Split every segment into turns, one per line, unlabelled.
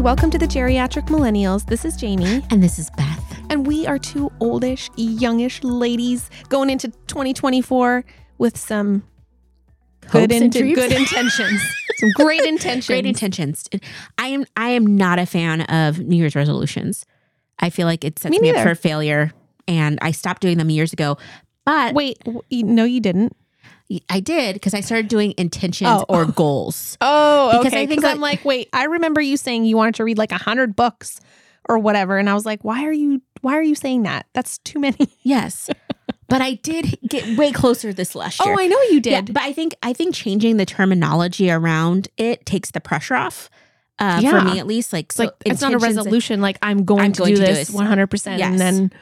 welcome to the Geriatric Millennials. This is Jamie,
And this is Beth.
and we are two oldish, youngish ladies going into 2024 with some good,
Hopes and
inten-
dreams.
good intentions, some great intentions.
Great intentions. I am I am not a fan of New Year's resolutions. I feel like it sets
Me
me, up
neither.
for failure and I stopped doing them years ago. But
Wait, w- you- no, you didn't.
I did because I started doing intentions
Oh.
or goals.
Oh,
Because
okay.
I think
Because I'm like, wait, I remember you saying you wanted to read like a hundred books or whatever, and I was like, why are you, why are you saying that? That's too many.
Yes. but I did get way closer this last year.
Oh, know you
Yeah, but I think I think changing the terminology around it takes the pressure off. Uh,
Yeah.
For me, at least, like
It's like it's not a
intentions-
resolution. Like I'm going,
I'm
to,
going
do
to do
this
this.
100, percent and
Yes.
then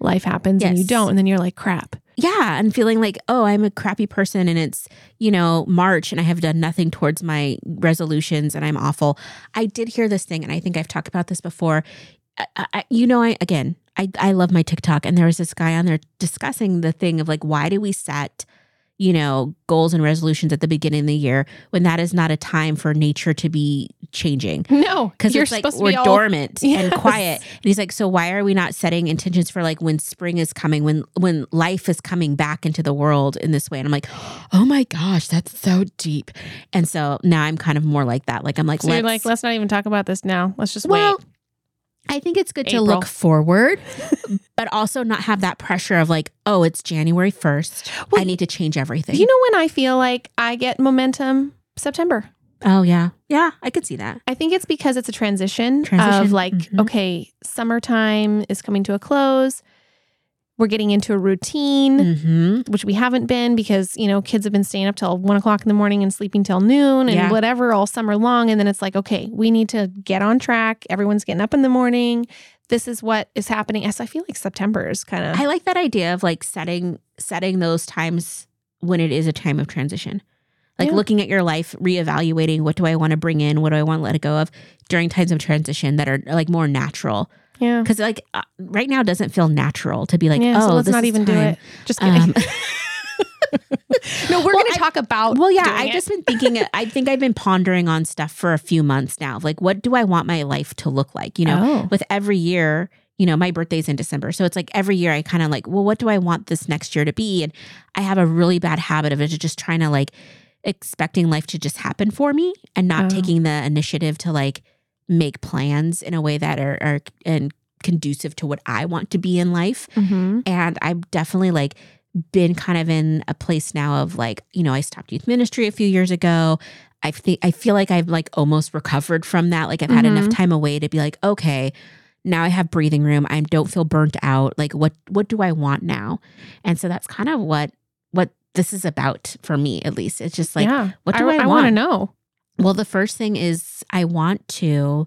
life happens and you
Yes.
don't, and then you're like, crap.
yeah and feeling like oh i'm a crappy person and it's you know march and i have done nothing towards my resolutions and i'm awful i did hear this thing and i think i've talked about this before I, I, you know i again I, I love my tiktok and there was this guy on there discussing the thing of like why do we set you know goals and resolutions at the beginning of the year when that is not a time for nature to be changing
No,
because it's like we're dormant and
Yes.
quiet. And he's like, so why are we not setting intentions for like when spring is coming, when when life is coming back into the world in this way? And I'm like, oh my gosh, that's so deep. And so now I'm kind of more like that. Like I'm like,
So
let's,
you're like, let's not even talk about this now. Let's just
well,
wait.
I think it's good
April.
to look forward, but also not have that pressure of like, oh, it's January first.
Well,
I need to change everything.
You know when I feel like I get momentum? September.
oh yeah, yeah, I could see that.
I think it's because it's a transition, Mm-hmm. of
Transition,
like,
mhm.
okay, summertime is coming to a close. We're getting into a routine.
Mm-hmm.
which we haven't been because you know kids have been staying up till one o'clock in the morning and sleeping till noon and
Yeah.
whatever all summer long and then it's like okay we need to get on track everyone's getting up in the morning this is what is happening as i feel like september is kind of
I like that idea of like setting setting those times when it is a time of transition. Like
Yeah.
looking at your life, reevaluating what do I want to bring in, what do I want to let it go of during times of transition that are like more natural.
yeah
Because like uh, right now it doesn't feel natural to be like,
yeah,
oh,
so let's
this
not
is
even do
time.
it. Just kidding.
Um,
no, we're
well,
going
I-
to talk about.
Um, Well, yeah,
doing
I've
it.
just been thinking. I think I've been pondering on stuff for a few months now. of, Like, what do I want my life to look like? You know,
Oh.
with every year, you know, my birthday's in December. So it's like every year I kind of like, well, what do I want this next year to be? And I have a really bad habit of it just trying to like expecting life to just happen for me and not
Oh.
taking the initiative to like make plans in a way that are, are and conducive to what I want to be in life
Mhm.
and I've definitely like been kind of in a place now of like, you know, I stopped youth ministry a few years ago. I think I feel like I've like almost recovered from that. Like I've had enough
Mhm.
time away to be like, okay, now I have breathing room. I don't feel burnt out. Like what what do I want now? And so that's kind of what what this is about for me at least. It's just like,
yeah.
what do I,
I,
want?
to know.
Well, the first thing is I want to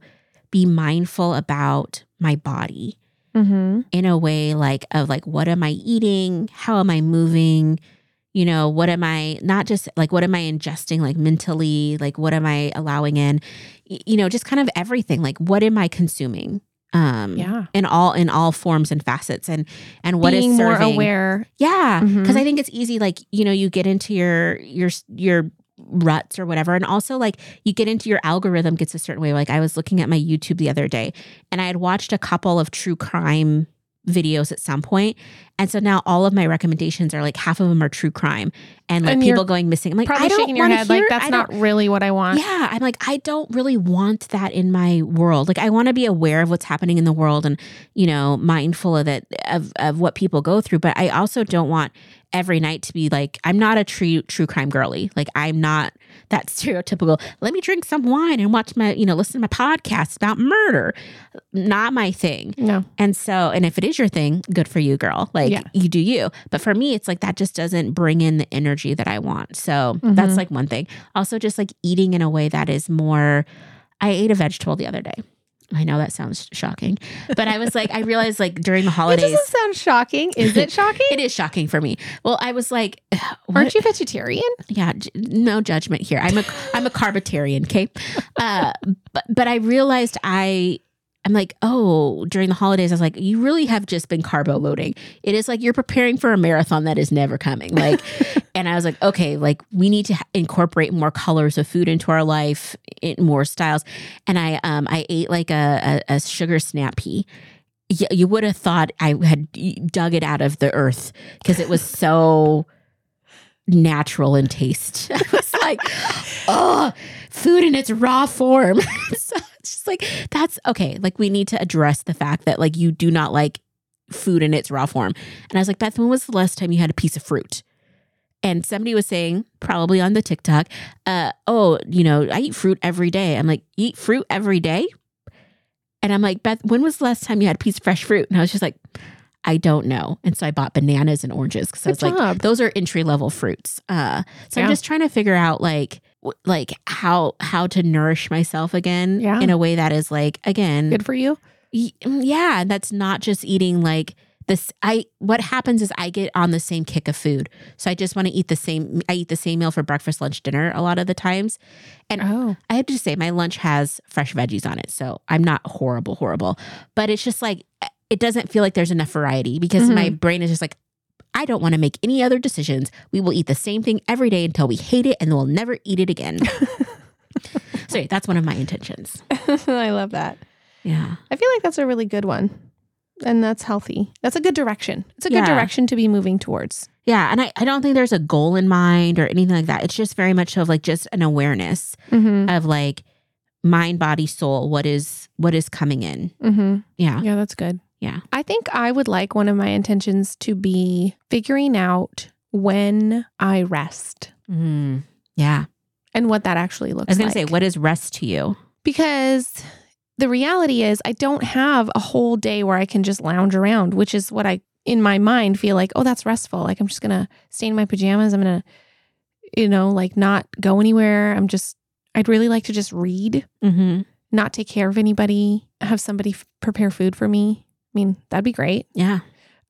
be mindful about my body
Mm-hmm.
in a way like of like what am i eating how am i moving you know what am i not just like what am i ingesting like mentally like what am i allowing in Y- you know just kind of everything like what am i consuming um
Yeah.
in all in all forms and facets and and what is
Being more
serving
aware.
yeah,
Mhm.
cuz I think it's easy like, you know, you get into your your your ruts or whatever and also like you get into your algorithm gets a certain way like I was looking at my YouTube the other day and I had watched a couple of true crime videos at some point and so now all of my recommendations are like half of them are true crime and like
And you're
people going missing I'm like I
Probably
don't
shaking your
wanna
head
hear-
like that's
I
not really what I want.
yeah, I'm like, I don't really want that in my world. Like, I want to be aware of what's happening in the world and, you know, mindful of it, of, of what people go through. But I also don't want every night to be like, I'm not a true true crime girly. Like, I'm not that stereotypical. Let me drink some wine and watch my, you know, listen to my podcast about murder. Not my thing.
No.
And so, and if it is your thing, good for you, girl. Like
Yeah.
you do you. But for me, it's like that just doesn't bring in the energy that I want. So that's
Mhm.
like one thing. Also, just like eating in a way that is more. I ate a vegetable the other day. I know that sounds shocking, but I was like, I realized like during the
It
holidays,
doesn't sound shocking. Is it shocking?
it is shocking for me. Well, I was like, what
Aren't you vegetarian?
yeah j- no judgment here i'm a i'm a carbitarian okay uh but but i realized i I'm like, oh, during the holidays, I was like, you really have just been carbo loading. It is like you're preparing for a marathon that is never coming. Like, and I was like, okay, like we need to ha- incorporate more colors of food into our life, in more styles. And I, um, I ate like a a, a sugar snap pea. You, you would have thought I had dug it out of the earth because it was so natural in taste. I was like, oh, food in its raw form. so it's just like, that's okay. Like, we need to address the fact that, like, you do not like food in its raw form. And I was like, Beth, when was the last time you had a piece of fruit? And somebody was saying, probably on the TikTok, uh, oh, you know, I eat fruit every day. I'm like, eat fruit every day? And I'm like, Beth, when was the last time you had a piece of fresh fruit? And I was just like, I don't know. And so I bought bananas and oranges because I
Good
was like,
job.
those are entry level fruits. Uh, so
Yeah.
I'm just trying to figure out like w- like how how to nourish myself again
Yeah.
in a way that is like again
Good for you.
y- mm, yeah and that's not just eating like this i what happens is i get on the same kick of food so i just want to eat the same i eat the same meal for breakfast lunch dinner a lot of the times
Oh,
i have to say my lunch has fresh veggies on it so i'm not horrible horrible but it's just like eh, it doesn't feel like there's enough variety because my
Mm-hmm.
brain is just like i don't want to make any other decisions we will eat the same thing every day until we hate it and then we'll never eat it again so yeah, that's one of my intentions
I love that.
yeah
I feel like that's a really good one. And that's healthy. That's a good direction. It's a good
Yeah.
direction to be moving towards.
Yeah. And I, I don't think there's a goal in mind or anything like that. It's just very much of like just an awareness
Mm-hmm.
of like mind, body, soul, what is what is coming in.
Mm-hmm.
Yeah.
Yeah, that's good.
Yeah.
I think I would like one of my intentions to be figuring out when I rest
Mm. Yeah.
and what that actually Mm-hmm. looks
I was gonna
like.
say, what is rest to you?
because the reality is I don't have a whole day where I can just lounge around, which is what I in my mind feel like, oh, that's restful. Like I'm just gonna stay in my pajamas. I'm gonna, you know, like not go anywhere. I'm just I'd really like to just read,
Mm-hmm.
not take care of anybody, have somebody f- prepare food for me. I mean, that'd be great.
Yeah.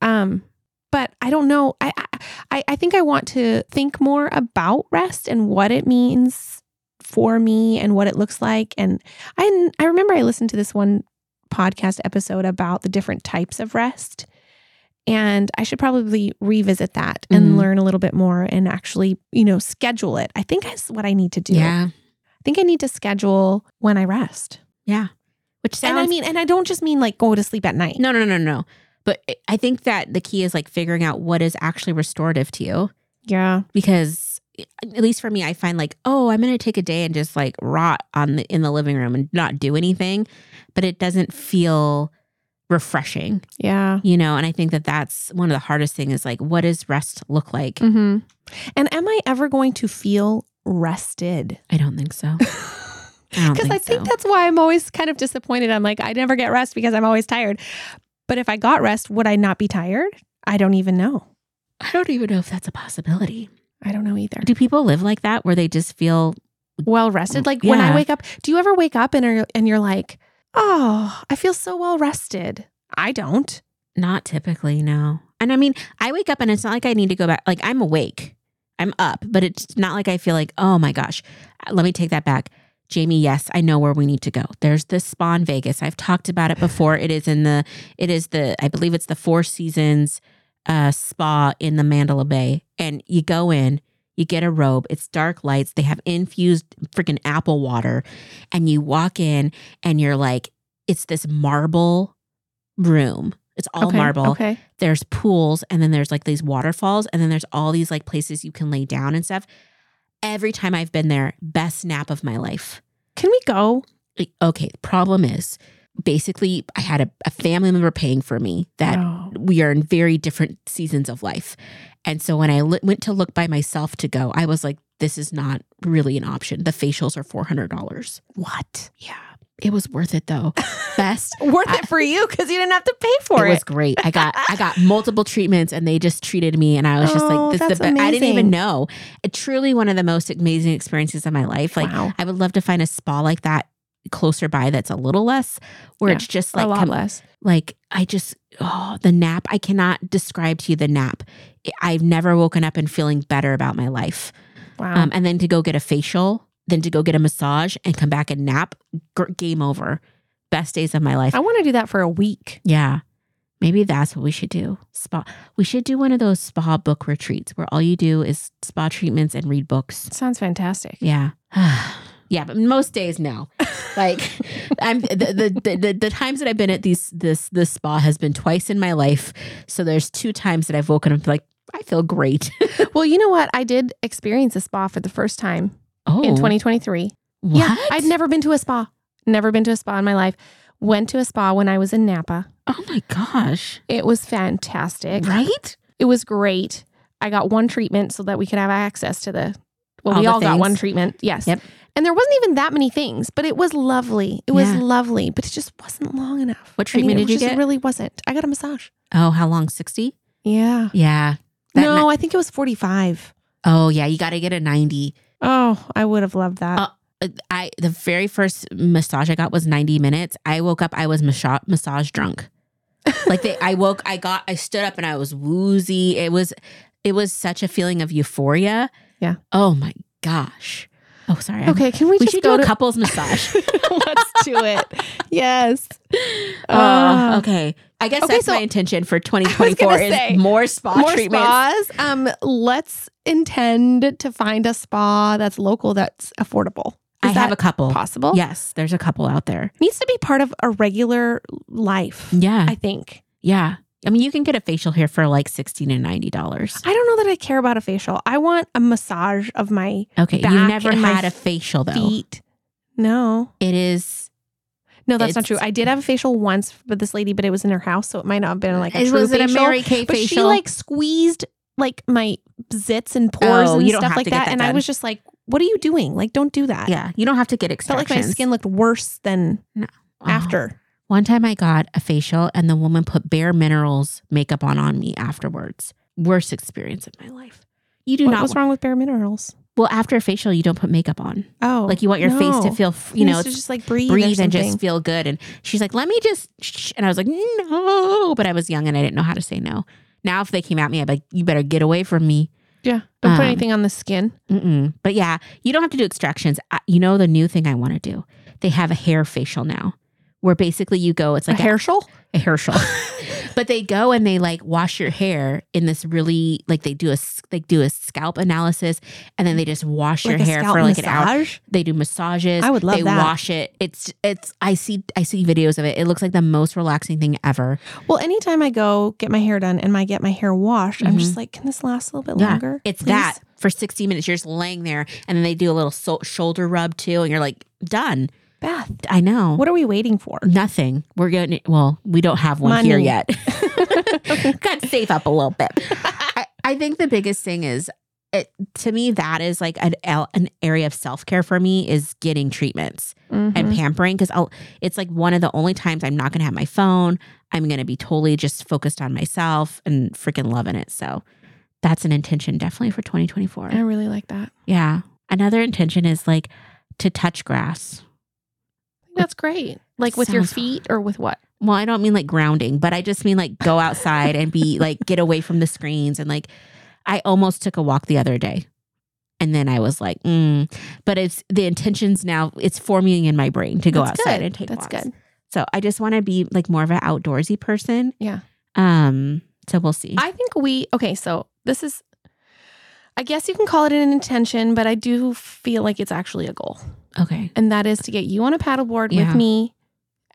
Um, but I don't know. I, I- I I think I want to think more about rest and what it means for me and what it looks like. And I I remember I listened to this one podcast episode about the different types of rest. And I should probably revisit that and
Mhm.
learn a little bit more and actually, you know, schedule it. I think that's what I need to do.
Yeah.
I think I need to schedule when I rest.
Yeah. Which sounds
and I mean, and I don't just mean like go to sleep at night.
no, no, no, no, no. But I- I think that the key is like figuring out what is actually restorative to you.
Yeah.
because eh, at least for me i find like oh i'm going to take a day and just like rot on the in the living room and not do anything but it doesn't feel refreshing
Yeah.
you know and i think that that's one of the hardest thing is like what does rest look like
hmm And am I ever going to feel rested?
i don't think so
Because
i don't think,
I think
so.
that's why I'm always kind of disappointed. I'm like, I never get rest because I'm always tired. But if I got rest, would I not be tired? I don't even know.
i don't even know if that's a possibility
I don't know either.
do people live like that where they just feel
Well rested. Like when I
Yeah.
wake up, do you ever wake up and are, and you're like, oh, I feel so well rested? I don't.
not typically no and i mean i wake up and it's not like i need to go back like i'm awake i'm up but it's not like i feel like oh my gosh let me take that back jamie yes i know where we need to go there's this spa in vegas i've talked about it before it is in the it is the i believe it's the four seasons uh spa in the mandala bay and you go in you get a robe it's dark lights they have infused freaking apple water and you walk in and you're like it's this marble room it's all
Okay,
marble
Okay.
there's pools and then there's like these waterfalls and then there's all these like places you can lay down and stuff. Every time I've been there, best nap of my life.
Can we go?
Like, Okay, the problem is basically I had a, a family member paying for me that
no.
we are in very different seasons of life. And so when I li- went to look by myself to go, I was like, this is not really an option. The facials are $400.
What?
Yeah, it was worth it though. Best
Worth it for you because you didn't have to pay for
it,
it.
was great. I got I got multiple treatments and they just treated me and I was just
Oh,
like this is the
that's
best. I didn't
amazing.
even know. It truly one of the most amazing experiences of my life. Like
wow.
I would love to find a spa like that closer by that's a little less where
Yeah,
it's just
a
like
lot
com-
less.
like I just oh the nap I cannot describe to you the nap. I- I've never woken up and feeling better about my life.
Wow.
Um, and then to go get a facial, then to go get a massage and come back and nap, gr- game over. best days of my life.
I want to do that for a week.
Yeah. Maybe that's what we should do. Spa. We should do one of those spa book retreats where all you do is spa treatments and read books.
Sounds fantastic.
Yeah. yeah, but most days no. Like I'm the, the the the times that I've been at these this this spa has been twice in my life. So there's two times that I've woken up like I feel great.
Well, you know what? I did experience a spa for the first time
Oh.
in 2023.
What?
Yeah, I'd never been to a spa. Never been to a spa in my life. Went to a spa when I was in Napa.
Oh my gosh.
It was fantastic.
Right?
It was great. I got one treatment so that we could have access to the. Well,
All
we
the
all got
things.
one treatment. Yes.
Yep.
And there wasn't even that many things, but it was lovely. It was
Yeah.
lovely, but it just wasn't long enough.
What
I mean,
treatment
it
did you
just
get?
really wasn't. I got a massage.
oh, how long? 60?
Yeah.
Yeah. That
no, I think it was 45.
Oh yeah, you got to get a 90.
Oh, I would have loved that.
Uh, I the very first massage I got was 90 minutes. I woke up I was massage, massage drunk. Like they I woke I got I stood up and I was woozy. It was it was such a feeling of euphoria.
Yeah.
Oh my gosh. Oh sorry. I'm-
okay, can we,
we
just
should do
go
a
to
couples massage.
Let's do it. Yes. Uh,
Uh, okay. I guess
Okay,
that's
so-
my intention for
was
2024
gonna
is
say,
more spa
More
treatments.
spas. Um, let's intend to find a spa that's local, that's affordable.
I
Is that
have a couple.
possible?
Yes, there's a couple out there.
needs to be part of a regular life.
Yeah.
I think.
yeah. I mean, you can get a facial here for like 16 to 90 dollars.
I don't know that I care about a facial. I want a massage of my
Okay, you
back
never
and my
had a facial though.
feet. No,
It is
no, that's not true.
It's-
I did have a facial once with this lady, but it was in her house, so it might not have been like a
it
true
was it
facial.
a Mary Kay
but
facial.
she like squeezed like my zits and pores
Oh,
and
you don't
stuff
have
like
to get
that,
that
and I
done.
was just like, "What are you doing? Like, don't do that."
yeah, you don't have to get
felt
extractions.
like my skin looked worse than
Oh.
after.
One time I got a facial and the woman put bare minerals makeup on on me afterwards. Worst experience of my life. You do
what
not
was wrong with bare minerals?
well after a facial you don't put makeup on.
Oh,
like you want your face
no.
to feel f- you know
needs to
it's
just like breathe, or
breathe and
something.
just feel good and she's like let me just sh-. and I was like no but I was young and I didn't know how to say no. Now if they came at me I'd be like you better get away from me.
yeah. Don't put
um,
anything on the skin.
Mm-mm. But yeah, you don't have to do extractions. I, you know the new thing I want to do. They have a hair facial now, where basically you go. It's like
a hair shawl.
a hair shell. but they go and they like wash your hair in this really like they do a s- they do a scalp analysis and then they just wash your
a
hair
scalp
for like an hour.
massage?
They do massages.
I would love
they
that.
wash it. It's it's I see I see videos of it. It looks like the most relaxing thing ever.
Well, anytime I go get my hair done and I get my hair washed, I'm just like, can this last a little bit
Mm-hmm. Yeah.
longer?
It's
please?"
that for 60 minutes you're just laying there and then they do a little so- shoulder rub too and you're like done.
Beth.
I know.
What are we waiting for?
Nothing. We're getting well, we don't have one here
Money.
yet. Gotta save up a little bit. I, I think the biggest thing is it, to me that is like an el- an area of self care for me is getting treatments and
Mhm.
pampering because I'll it's like one of the only times I'm not gonna have my phone. I'm gonna be totally just focused on myself and freaking loving it. So that's an intention definitely for 2024.
I really like that.
Yeah. Another intention is like to touch grass.
That's great. Like with your
Sounds-
feet or with what?
Well, I don't mean like grounding, but I just mean like go outside and be like get away from the screens and like I almost took a walk the other day. And then I was like, mm. but it's the intentions now, it's forming in my brain to go
That's
outside
good.
and take
That's
walks.
good.
So I just want to be like more of an outdoorsy person.
Yeah.
Um, so we'll see.
I think we okay. So this is, I guess you can call it an intention, but I do feel like it's actually a goal,
okay.
and that is to get you on a paddleboard
Yeah.
with me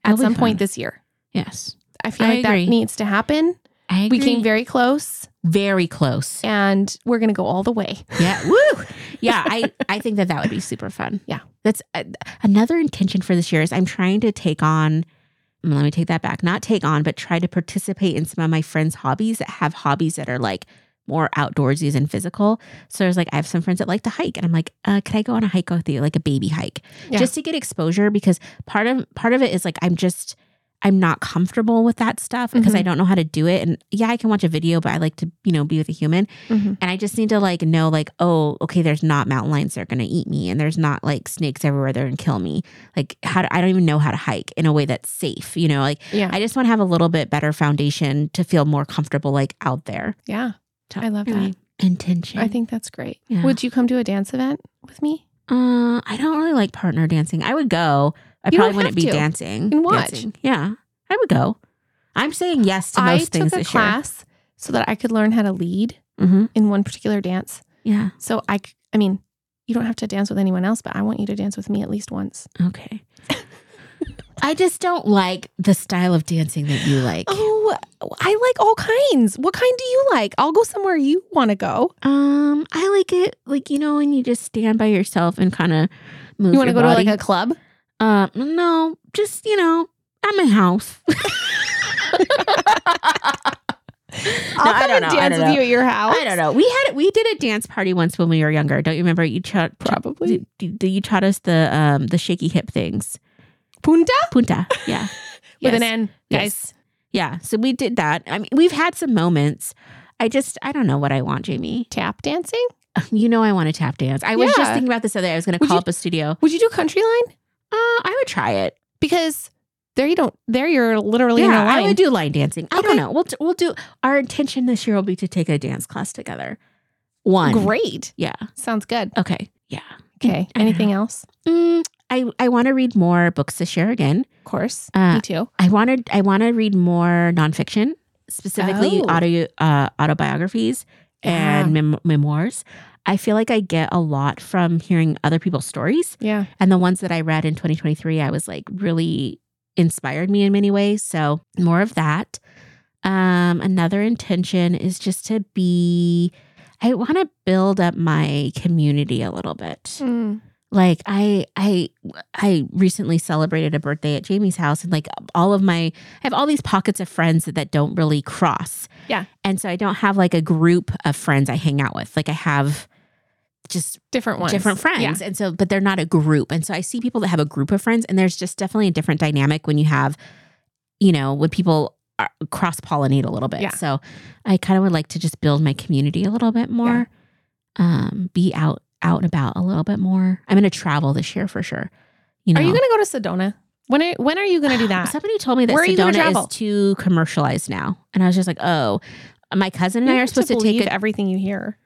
at
That'll be
some point
fun.
this year.
Yes.
I feel
I
like
agree.
that needs to happen.
I
We came
very,
very close,
very close.
and we're gonna go all the way.
Yeah. Woo. Yeah. I, I think that that would be super fun.
Yeah.
That's uh, another intention for this year is I'm trying to take on, mm, let me take that back, not take on, but try to participate in some of my friends' hobbies that have hobbies that are like more outdoorsies and physical. So there's like, I have some friends that like to hike and I'm like, uh, could I go on a hike with you? Like a baby hike
Yeah.
just to get exposure because part of, part of it is like, I'm just, I'm not comfortable with that stuff because I don't know how to do it. And yeah, I can watch a video, but I like to, you know, be with a human.
Mhm.
And I just need to like know, like, oh, okay, there's not mountain lions that are going to eat me, and there's not like snakes everywhere that are going to kill me. Like, how do, I don't even know how to hike in a way that's safe, you know? Like,
Yeah,
I just want to have a little bit better foundation to feel more comfortable, like out there.
yeah.
So,
I love
anyway, Intention.
I think that's great.
Yeah.
Would you come to a dance event with me?
Uh, I don't really like partner dancing. I would go. I
You don't
probably wouldn't
have
be
to.
dancing.
can watch.
Dancing. Yeah, I would go. I'm saying yes to
I took
most things
a
this
class so that I could learn how to lead
year. Mm-hmm.
in one particular dance.
Yeah.
So I, c- I mean, you don't have to dance with anyone else, but I want you to dance with me at least once.
Okay. I just don't like the style of dancing that you like.
Oh, I like all kinds. What kind do you like? I'll go somewhere you want to go.
Um, I like it like you know when you just stand by yourself and kind of move.
You want to
your
go
body.
to like a club?
Uh, no, just you know, I'm in house. no,
I'll
I
come
don't
and
know.
dance
I don't
with
know.
you at your house.
I don't know. We had we did a dance party once when we were younger. Don't you remember? You taught
Probably.
you taught us the um the shaky hip things.
Punta
Punta, yeah,
with an
Yes.
N, guys.
Yes. yeah. So we did that. I mean, we've had some moments. I just I don't know what I want, Jamie.
Tap dancing?
You know, I want to tap dance. I was just
Yeah.
thinking about this other. day. I was going to
Would
call
you-
up a studio.
Would you do country line?
Uh, I would try it.
Because there you don't. There you're literally in
yeah,
a line.
I would do line dancing. I don't
Okay.
know. We'll t- we'll do our intention this year will be to take a dance class together. One.
Great.
Yeah.
Sounds good.
Okay. Yeah.
Okay.
I don't
Anything else?
Mm, I I want to read more books this year again.
Of course.
Uh,
Me too.
I wanted I want to read more nonfiction, specifically
Oh.
auto uh, autobiographies and mem- memoirs. I feel like I get a lot from hearing other people's stories,
Yeah.
and the ones that I read in 2023, I was like really inspired me in many ways. So more of that. Um, another intention is just to be. I want to build up my community a little bit
Mm.
like i i i recently celebrated a birthday at jamie's house and like all of my i have all these pockets of friends that, that don't really cross
Yeah.
and so i don't have like a group of friends i hang out with like i have just
Different ones.
different
Yeah.
friends and so but they're not a group and so i see people that have a group of friends and there's just definitely a different dynamic when you have you know when people cross pollinate a little bit
Yeah.
so i kind of would like to just build my community a little bit more um be out out and about a little bit more i'm gonna travel this year for sure you know
Are you going to go to Sedona? When are, when are you going to do that?
somebody told me that
Where are you gonna
sedona is
travel?
too commercialized now and i was just like oh my cousin and
You
i are
have
supposed to, take
believe
a
everything you hear.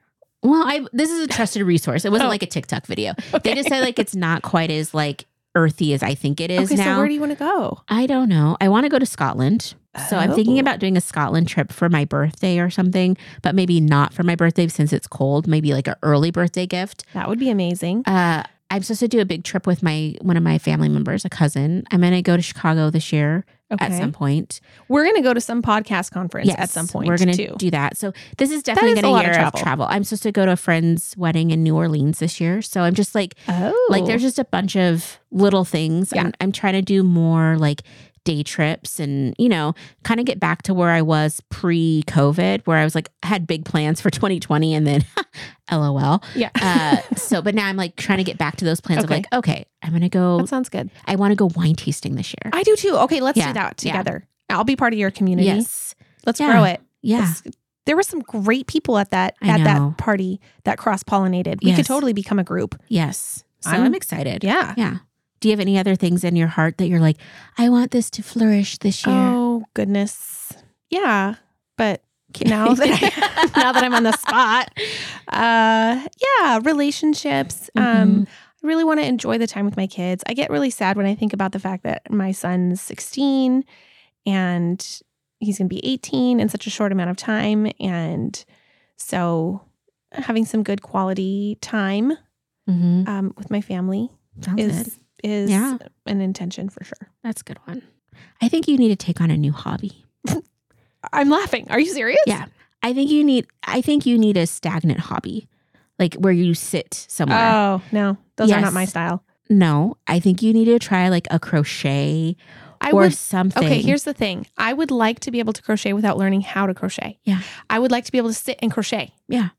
Well, I this is a trusted resource. It wasn't
Oh.
like a TikTok video. They
Okay.
just said like it's not quite as like earthy as I think it is
okay,
now.
so where do you want to go?
I don't know. I want to go to Scotland. So I'm thinking
Oh.
about doing a Scotland trip for my birthday or something, but maybe not for my birthday since it's cold, maybe like an early birthday gift.
That would be amazing.
Uh I'm supposed to do a big trip with my one of my family members, a cousin. I'm going to go to Chicago this year
Okay.
at some point.
We're going to go to some podcast conference
Yes,
at some point
We're gonna
too.
do that. So this is definitely
is a
going to
lot
year
of
of travel.
travel.
I'm supposed to go to a friend's wedding in New Orleans this year. So I'm just like
oh.
like there's just a bunch of little things.
Yeah.
I'm, I'm trying to do more like day trips and you know kind of get back to where I was pre COVID, where I was like had big plans for 2020 and then lol.
Yeah.
Uh, so but now I'm like trying to get back to those plans
Okay.
of like okay, I'm gonna go.
that sounds good.
I want to go wine tasting this year.
I do too. Okay, let's
Yeah,
do that
yeah.
together. I'll be part of your community.
Yes.
Let's
Yeah.
grow it.
Yeah.
Let's- there were some great people at that
I
at
know.
that party that cross pollinated. We
Yes.
could totally become a group.
Yes. So
I'm-
I'm excited.
Yeah.
Yeah. Do you have any other things in your heart that you're like, I want this to flourish this year?
Oh goodness. Yeah. But now that I, now that I'm on the spot, uh, yeah, relationships.
Mm-hmm.
Um, I really want to enjoy the time with my kids. I get really sad when I think about the fact that my son's 16 and he's going to be 18 in such a short amount of time, and so having some good quality time
Mhm.
um, with my family
Sounds
is
good.
is
Yeah.
an intention for sure.
That's a good one. I think you need to take on a new hobby.
I'm laughing. Are you serious?
Yeah. I think you need I think you need a stagnant hobby. Like where you sit somewhere.
Oh no, those are
Yes.
not my style.
no, I think you need to try like a crochet
I
or
would.
something.
Okay, here's the thing. I would like to be able to crochet without learning how to crochet.
Yeah.
I would like to be able to sit and crochet.
Yeah.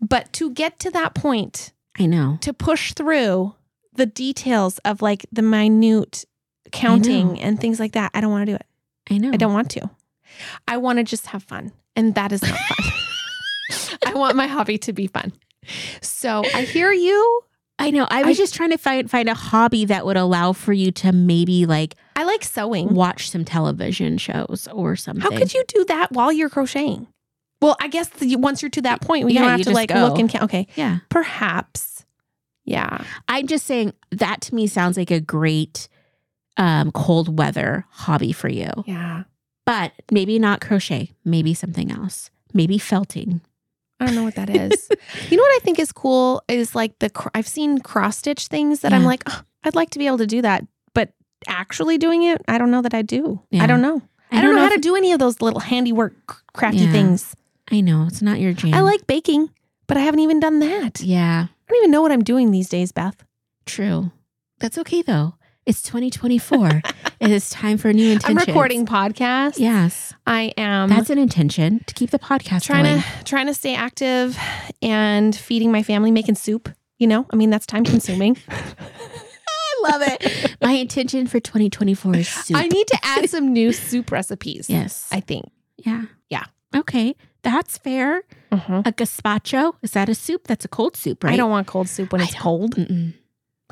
But to get to that point,
I know.
to push through the details of like the minute counting and things like that, I don't want to do it.
I know.
I don't want to. I want to just have fun, and that is not fun. I want my hobby to be fun. So I hear you.
I know. I was
I-
just trying to find find a hobby that would allow for you to maybe like
I like sewing.
watch some television shows or something.
How could you do that while you're crocheting? Well, I guess the, once you're to that point, you
Yeah,
don't have
you
to
just
like
go.
look and count. Okay,
Yeah.
perhaps. Yeah.
I'm just saying that to me sounds like a great um, cold weather hobby for you,
Yeah.
but maybe not crochet, maybe something else, maybe felting.
I don't know what that is. you know what I think is cool is like the cr- I've seen cross stitch things that I'm
Yeah.
like, "Oh, I'd like to be able to do that, but actually doing it, I don't know that I do.
Yeah.
I don't know. I, don't, know, how
if-
to do any of those little handiwork c- crafty
Yeah.
things.
I know it's not your jam.
I like baking, but I haven't even done that.
Yeah,
I don't even know what I'm doing these days, Beth.
true. That's okay though. It's 2024. and it's time for new
I'm
intentions.
recording podcasts.
Yes,
I am
that's an intention to keep the podcast
trying
going.
to trying to stay active and feeding my family, making soup. You know, I mean that's time consuming.
I love it. My intention for 2024 is soup.
I need to add some new soup recipes.
yes.
I think.
yeah.
Yeah.
Okay, that's fair.
Mhm.
A gazpacho is that a soup? That's a cold soup, Mm-hmm. right?
I don't want cold soup when
I
it's
don't-
cold.
Mm-mm.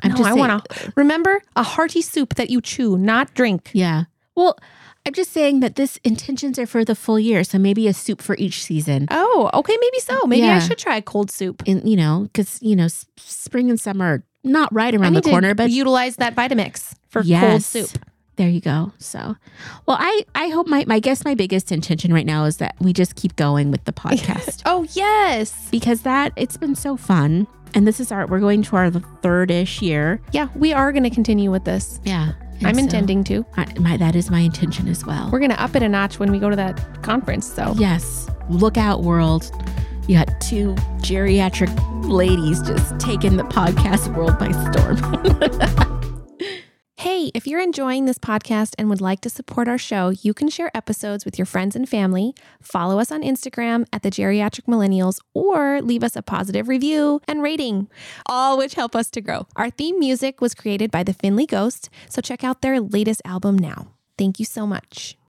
No, I want to remember a hearty soup that you chew, not drink.
Yeah. Well, I'm just saying that this intentions are for the full year, so maybe a soup for each season.
Oh, okay, maybe so. Maybe I
Yeah.
should try a cold soup.
And you know, because you know, s- spring and summer are not right
I
around the
need to
corner, but
utilize that Vitamix for cold
Yes.
soup.
There you go. So, well, I I hope my my guess my biggest intention right now is that we just keep going with the podcast.
Oh yes,
because that it's been so fun and this is our we're going to our third-ish year
yeah. We are going to continue with this.
yeah
I'm intending to.
I, my, that is my intention as well
We're going to up it a notch when we go to that conference. So
yes look out world you got two geriatric ladies just taking the podcast world by storm
Hey, if you're enjoying this podcast and would like to support our show, you can share episodes with your friends and family, follow us on Instagram at the Geriatric Millennials, or leave us a positive review and rating, all which help us to grow. Our theme music was created by the Finley Ghost, so check out their latest album now. Thank you so much.